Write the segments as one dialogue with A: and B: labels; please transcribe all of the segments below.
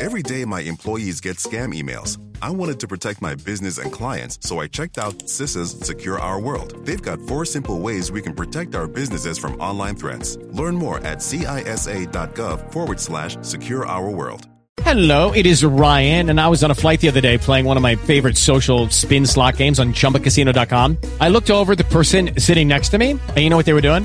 A: Every day, my employees get scam emails. I wanted to protect my business and clients, so I checked out CISA's Secure Our World. They've got four simple ways we can protect our businesses from online threats. Learn more at cisa.gov forward slash secure our world.
B: Hello, it is Ryan, and I was on a flight the other day playing one of my favorite social spin slot games on chumbacasino.com. I looked over at the person sitting next to me, and you know what they were doing?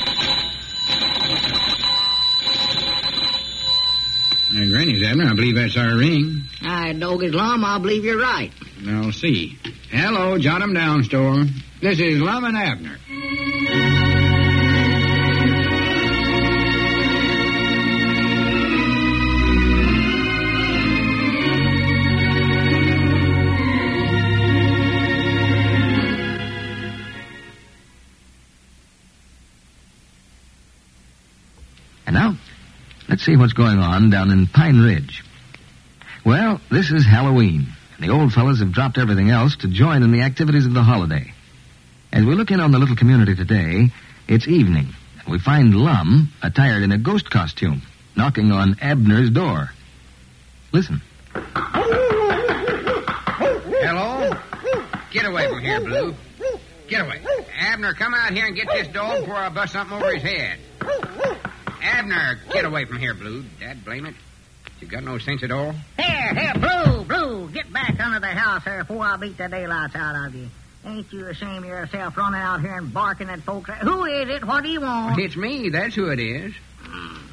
C: Uh, Granny's Abner, I believe that's our ring.
D: I dog is lum, I believe you're right.
C: Now, see. Hello, jot 'em down, store. This is Lum and Abner.
E: And now, let's see what's going on down in Pine Ridge. Well, this is Halloween, and the old fellas have dropped everything else to join in the activities of the holiday. As we look in on the little community today, it's evening, and we find Lum attired in a ghost costume, knocking on Abner's door. Listen.
C: Hello? Get away from here, Blue. Get away. Abner, come out here and get this dog before I bust something over his head. Abner, get away from here, Blue. Dad, blame it. You got no sense at all?
D: Here, here, Blue, Blue, get back under the house here before I beat the daylights out of you. Ain't you ashamed of yourself running out here and barking at folks? Who is it? What do you want?
C: It's me. That's who it is.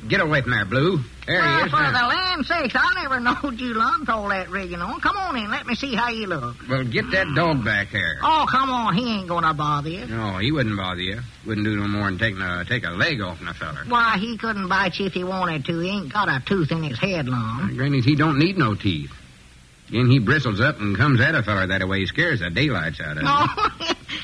C: Get away from there, Blue. There
D: well,
C: he is.
D: for
C: now.
D: the land's sakes, I never knowed you lumped all that rigging on. Come on in, let me see how you look.
C: Well, get that dog back here.
D: Oh, come on, he ain't gonna bother you.
C: No, he wouldn't bother you. Wouldn't do no more than take, a take a leg off in a feller.
D: Why, he couldn't bite you if he wanted to. He ain't got a tooth in his head long.
C: Granny's, he don't need no teeth. Then he bristles up and comes at a feller that way, scares the daylights out of him.
D: No, Oh,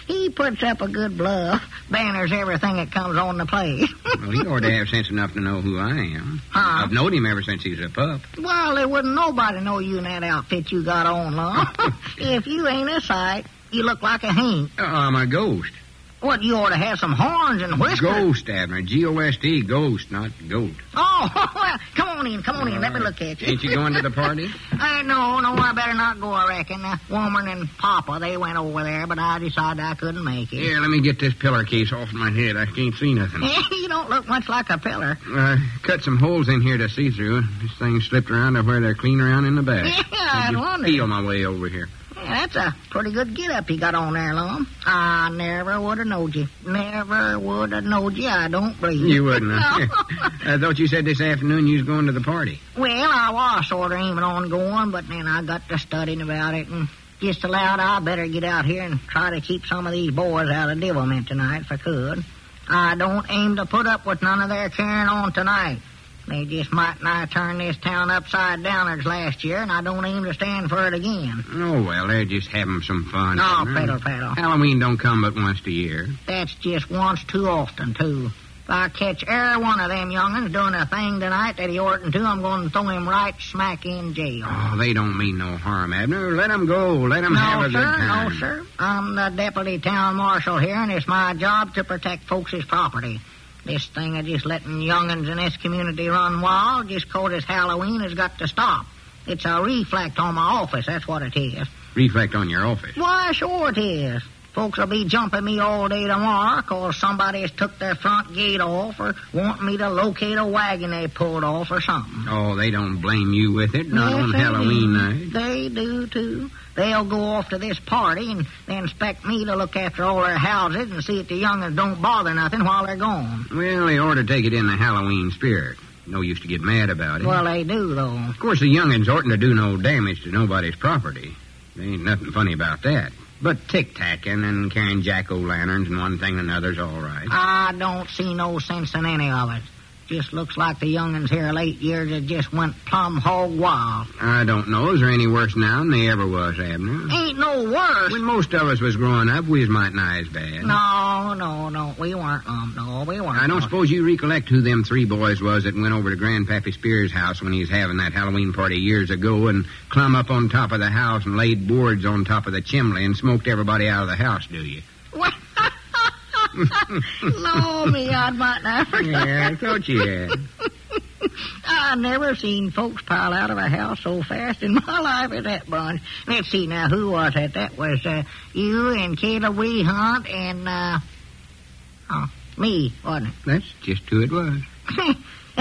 D: he puts up a good bluff, banners everything that comes on the place.
C: Well, he ought to have sense enough to know who I am.
D: Huh?
C: I've known him ever since he was a pup.
D: Well, there wouldn't nobody know you in that outfit you got on, Lum. if you ain't a sight, you look like a hink.
C: Uh, I'm a ghost.
D: What, you ought to have some horns and whiskers.
C: Ghost, Abner. G-O-S-T, ghost, not goat.
D: Oh, well, come on in, come on in. Let me look at you.
C: Ain't you going to the party?
D: Uh, no, no, I better not go, I reckon. Uh, woman and Papa, they went over there, but I decided I couldn't make it.
C: Here, let me get this pillar case off my head. I can't see nothing.
D: you don't look much like a pillar.
C: Uh, cut some holes in here to see through. This thing slipped around to where they're clean around in the back.
D: Yeah,
C: I
D: I'd
C: just
D: wondered.
C: feel my way over here.
D: Yeah, that's a pretty good get up you got on there, Lum. I never would have knowed you. Never would have knowed you, I don't believe.
C: You wouldn't. huh?
D: No.
C: I thought you said this afternoon you was going to the party.
D: Well, I was sort of aiming on going, but then I got to studying about it and just allowed I better get out here and try to keep some of these boys out of devilment tonight if I could. I don't aim to put up with none of their carrying on tonight. They just might nigh turn this town upside downwards last year, and I don't aim to stand for it again.
C: Oh, well, they're just having some fun.
D: No,
C: Abner.
D: fiddle faddle.
C: Halloween don't come but once a year.
D: That's just once too often, too. If I catch every one of them young'uns doing a thing tonight that he oughtn't to, I'm going to throw him right smack in jail.
C: Oh, they don't mean no harm, Abner. Let 'em go. Let 'em have
D: No,
C: a good
D: sir.
C: time.
D: No, sir. I'm the deputy town marshal here, and it's my job to protect folks' property. This thing of just letting young'uns in this community run wild just 'cause it's Halloween has got to stop. It's a reflect on my office, that's what it is.
C: Reflect on your office.
D: Why, sure it is. Folks will be jumping me all day tomorrow 'cause somebody has took their front gate off or want me to locate a wagon they pulled off or something.
C: Oh, they don't blame you with it. Not
D: Yes,
C: on
D: they
C: Halloween
D: do.
C: night.
D: They do, too. They'll go off to this party and then expect me to look after all their houses and see that the young'uns don't bother nothing while they're gone.
C: Well, they ought to take it in the Halloween spirit. No use to get mad about it.
D: Well, they do, though.
C: of course, the young'uns oughtn't to do no damage to nobody's property. There ain't nothing funny about that. But tic-tacking and carrying jack-o'-lanterns and one thing and another's all right.
D: I don't see no sense in any of it. Just looks like the young'uns here of late years have just went plumb hog wild.
C: I don't know. Is there any worse now than they ever was, Abner?
D: Ain't no worse.
C: When most of us was growing up, we was mighty nigh as bad.
D: No, no, no. We weren't, um, no, we weren't.
C: I don't
D: no.
C: suppose you recollect who them three boys was that went over to Grandpappy Spears' house when he was having that Halloween party years ago and clumb up on top of the house and laid boards on top of the chimney and smoked everybody out of the house, do you?
D: Blow me, I might not forget.
C: Yeah, I thought you had.
D: I never seen folks pile out of a house so fast in my life as that bunch. Let's see now, who was it? That was uh, you and Kayla Wee Hunt and uh, oh, me, wasn't it?
C: That's just who it was.
D: Hey,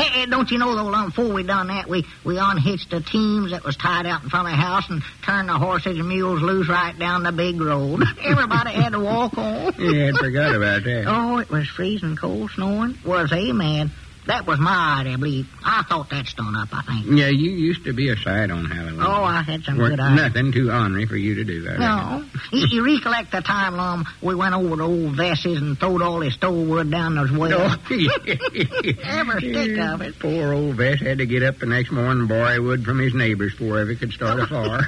D: hey, don't you know though? Long before we done that, we we unhitched the teams that was tied out in front of the house and turned the horses and mules loose right down the big road. Everybody had to walk on.
C: Yeah, I forgot about that.
D: Oh, it was freezing cold, snowing. Was a man. That was my idea, I believe. I thought that done up, I think.
C: Yeah, you used to be a sight on Halloween.
D: Oh, I had some
C: Weren't
D: good ideas.
C: nothing too ornery for you to do. I reckon.
D: No. you, you recollect the time, Lum, we went over to old Vess's and throwed all his stole wood down those
C: Oh.
D: wells? Ever think of it.
C: Poor old Vess had to get up the next morning and borrow wood from his neighbors before ever could start a fire.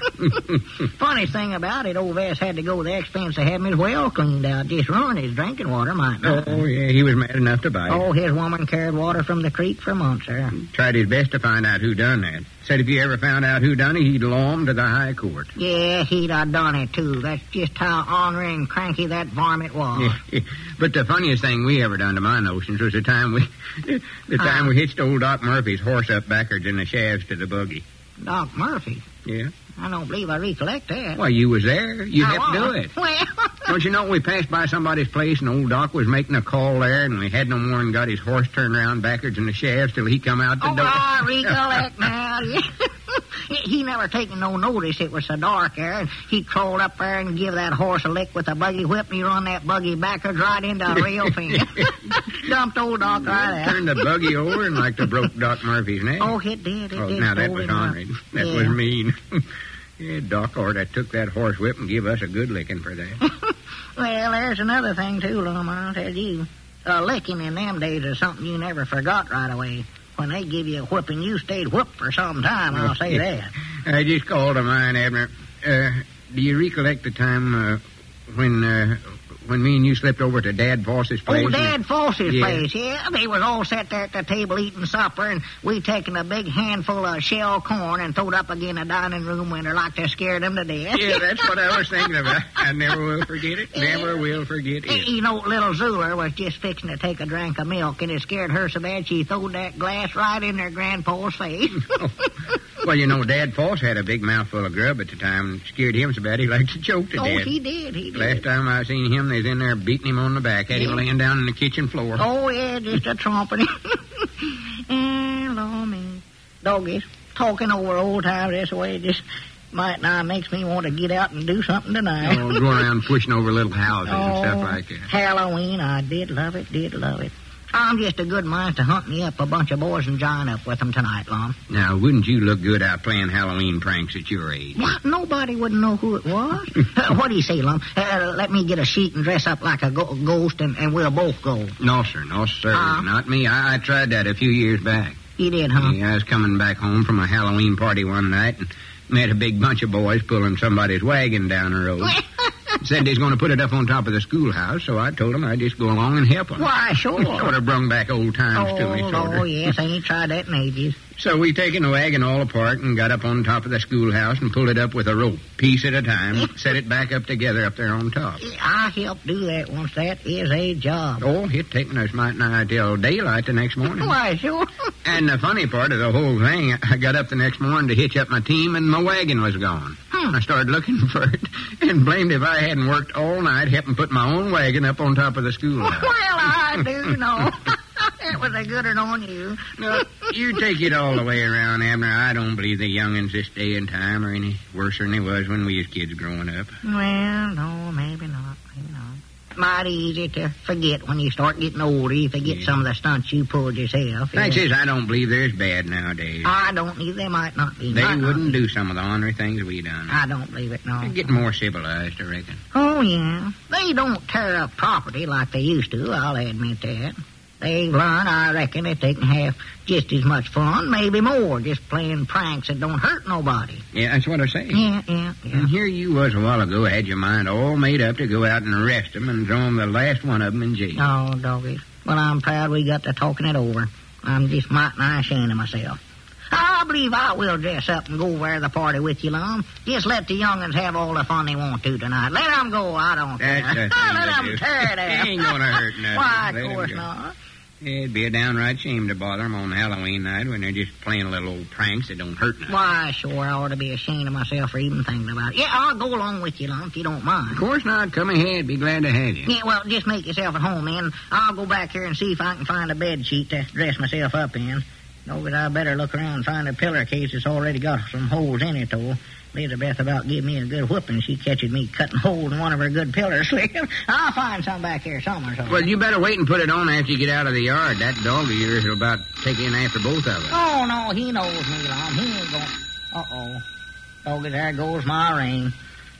D: Funny thing about it, old Vess had to go to the expense of having his well cleaned out. Just ruined his drinking water, might not.
C: oh, yeah, he was mad enough to bite.
D: Oh, his woman carried water from the creek for months, sir.
C: Tried his best to find out who done that. Said if you ever found out who done it, he'd law 'em to the high court.
D: Yeah, he'd have done it, too. That's just how ornery and cranky that varmint was.
C: but the funniest thing we ever done to my notions was the time we the
D: Ah.
C: time we hitched old Doc Murphy's horse up backwards in the shafts to the buggy.
D: Doc Murphy.
C: Yeah.
D: I don't believe I recollect that.
C: Why, you was there. You
D: I
C: helped do
D: was.
C: it.
D: Well...
C: Don't you know we passed by somebody's place and old Doc was making a call there and we had no more and got his horse turned around backwards in the shafts till he come out the
D: Oh,
C: door.
D: I recollect now. Yeah. he never taken no notice it was so dark there, and he crawled up there and give that horse a lick with a buggy whip, and he run that buggy backwards right into a rail fence. Dumped old Doc right out.
C: Turned the buggy over and like to broke Doc Murphy's neck.
D: Oh, it did. It
C: Oh,
D: did.
C: now that
D: fold
C: was
D: him up.
C: ornery. That
D: yeah.
C: was mean. yeah, Doc ought to took that horse whip and give us a good licking for that.
D: Well, there's another thing, too, Lum, I'll tell you. A licking in them days is something you never forgot right away. When they give you a whipping, you stayed whipped for some time, I'll say that.
C: I just called to mind, Abner. Uh, do you recollect the time uh, when uh, when me and you slept over to Dad Voss's place?
D: Oh, Dad Fawcett's
C: Yeah.
D: place, yeah. They was all sat there at the table eating supper, and we taken a big handful of shell corn and throwed up again the dining room window like they scared them to death.
C: Yeah, that's what I was thinking about. I never will forget it. Never will forget
D: Y-
C: it.
D: You know, little Zuler was just fixing to take a drink of milk, and it scared her so bad she throwed that glass right in her grandpa's face.
C: Well, you know, Dad Foss had a big mouthful of grub at the time and scared him so bad he liked to choke to
D: oh,
C: death.
D: he did, he did.
C: Last time I seen him, they was in there beating him on the back, had him
D: Yeah.
C: laying down on the kitchen floor.
D: Oh, yeah, just a trumpet. Hello, me. Doggies, talking over old times this way just might now makes me want to get out and do something tonight.
C: Oh, go around pushing over little houses and
D: Oh,
C: stuff like that.
D: Halloween, I did love it, did love it. I'm just a good mind to hunt me up a bunch of boys and join up with them tonight, Lon.
C: Now, wouldn't you look good out playing Halloween pranks at your age?
D: What? Nobody wouldn't know who it was. Uh, what do you say, Lon? Uh, let me get a sheet and dress up like a go- ghost, and, and we'll both go.
C: No, sir. No, sir.
D: Uh-uh.
C: Not me. I, I tried that a few years back.
D: You did, huh?
C: Yeah, I was coming back home from a Halloween party one night and met a big bunch of boys pulling somebody's wagon down the road. Said they was going to put it up on top of the schoolhouse, so I told them I'd just go along and help them.
D: Why, sure.
C: Sort of brung back old times
D: oh,
C: to me, sort of.
D: oh, yes, I ain't tried that in ages.
C: So we taken the wagon all apart and got up on top of the schoolhouse and pulled it up with a rope, piece at a time, set it back up together up there on top.
D: I helped do that once. That is a job.
C: Oh, it taken us might not till daylight the next morning.
D: Why, sure.
C: And the funny part of the whole thing, I got up the next morning to hitch up my team, and my wagon was gone.
D: Hmm.
C: I started looking for it, and blamed if I hadn't worked all night helping put my own wagon up on top of the
D: well,
C: schoolhouse.
D: I do know. that was a good one on you.
C: now, you take it all the way around, Abner. I don't believe the young'uns this day and time are any worse than they was when we was kids growing up.
D: Well, no, maybe not. Maybe not. Mighty easy to forget when you start getting older. You forget some of the stunts you pulled yourself.
C: Fact
D: yeah.
C: is, I don't believe they're as bad nowadays.
D: I don't either. They might not be.
C: they
D: Might not
C: wouldn't
D: be.
C: do some of the ornery things we done.
D: I don't believe it, no.
C: They're getting more civilized, I reckon.
D: Oh, yeah. They don't tear up property like they used to, I'll admit that. They've learned, I reckon, that they can have just as much fun, maybe more, just playing pranks that don't hurt nobody.
C: Yeah, that's what I say.
D: Yeah, yeah, yeah.
C: And here you was a while ago, had your mind all made up to go out and arrest them and throw 'em the last one of 'em in jail.
D: Oh, doggies. Well, I'm proud we got to talking it over. I'm just mighty nigh ashamed of myself. I believe I will dress up and go where the party with you, Lum. Just let the young'uns have all the fun they want to tonight. Let 'em go. I don't care.
C: That's the
D: Oh,
C: thing
D: let
C: to
D: 'em
C: do.
D: tear it up.
C: Ain't gonna hurt nothing.
D: Why,
C: Let
D: of
C: 'em
D: course
C: go.
D: not.
C: It'd be a downright shame to bother 'em on Halloween night when they're just playing little old pranks that don't hurt nothing.
D: Why, sure, I ought to be ashamed of myself for even thinking about it. Yeah, I'll go along with you, Lum, if you don't
C: Of
D: mind.
C: course not. Come ahead. Be glad to have you.
D: Yeah, well, just make yourself at home, then. I'll go back here and see if I can find a bed sheet to dress myself up in. No, but I better look around and find a pillar case that's already got some holes in it, though. Elizabeth about give me a good whooping. She catches me cutting holes in one of her good pillar slips. I'll find some back here somewhere. somewhere.
C: Well, you better wait and put it on after you get out of the yard. That dog of yours will about take in after both of us.
D: Oh, no, he knows me, Lon. He ain't going. Uh oh. Doggy, there goes my ring.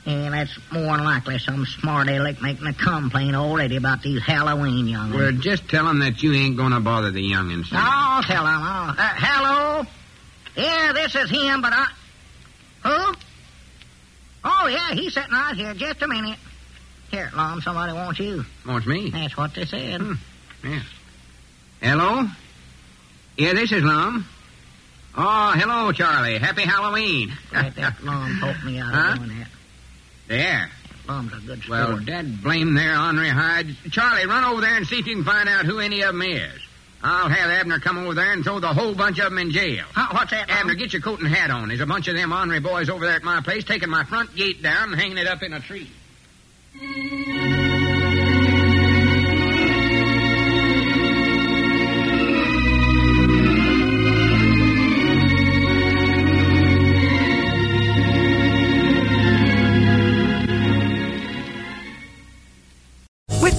D: And that's more than likely some smart aleck making a complaint already about these Halloween young
C: Well, just tell 'em that you ain't going to bother the youngins.
D: I'll tell him. I'll, uh, hello? Yeah, this is him, but I. Who? Oh, yeah, he's sitting right here. Just a minute. Here, Lon, somebody wants you.
C: Wants me?
D: That's what they said.
C: Hmm. Hello? Yeah, this is Lum. Oh, hello, Charlie. Happy Halloween.
D: Right there, Lon poked me out
C: Huh?
D: of doing that.
C: There.
D: Lum's a good sport.
C: Well, Dad blame there, Henri Hyde. Charlie, run over there and see if you can find out who any of 'em is. I'll have Abner come over there and throw the whole bunch of 'em in jail.
D: Huh, what's that, Lon?
C: Abner, get your coat and hat on. There's a bunch of them Henri boys over there at my place taking my front gate down and hanging it up in a tree.
F: With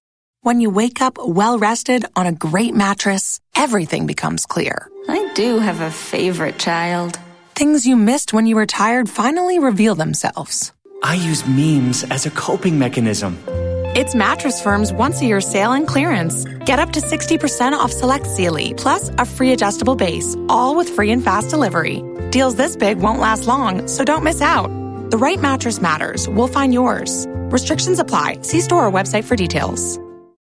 G: When you wake up well rested on a great mattress, everything becomes clear.
H: I do have a favorite child.
G: Things you missed when you were tired finally reveal themselves.
I: I use memes as a coping mechanism.
G: It's Mattress Firm's once a year sale and clearance. Get up to 60% off select Sealy, plus a free adjustable base, all with free and fast delivery. Deals this big won't last long, so don't miss out. The right mattress matters. We'll find yours. Restrictions apply. See store or website for details.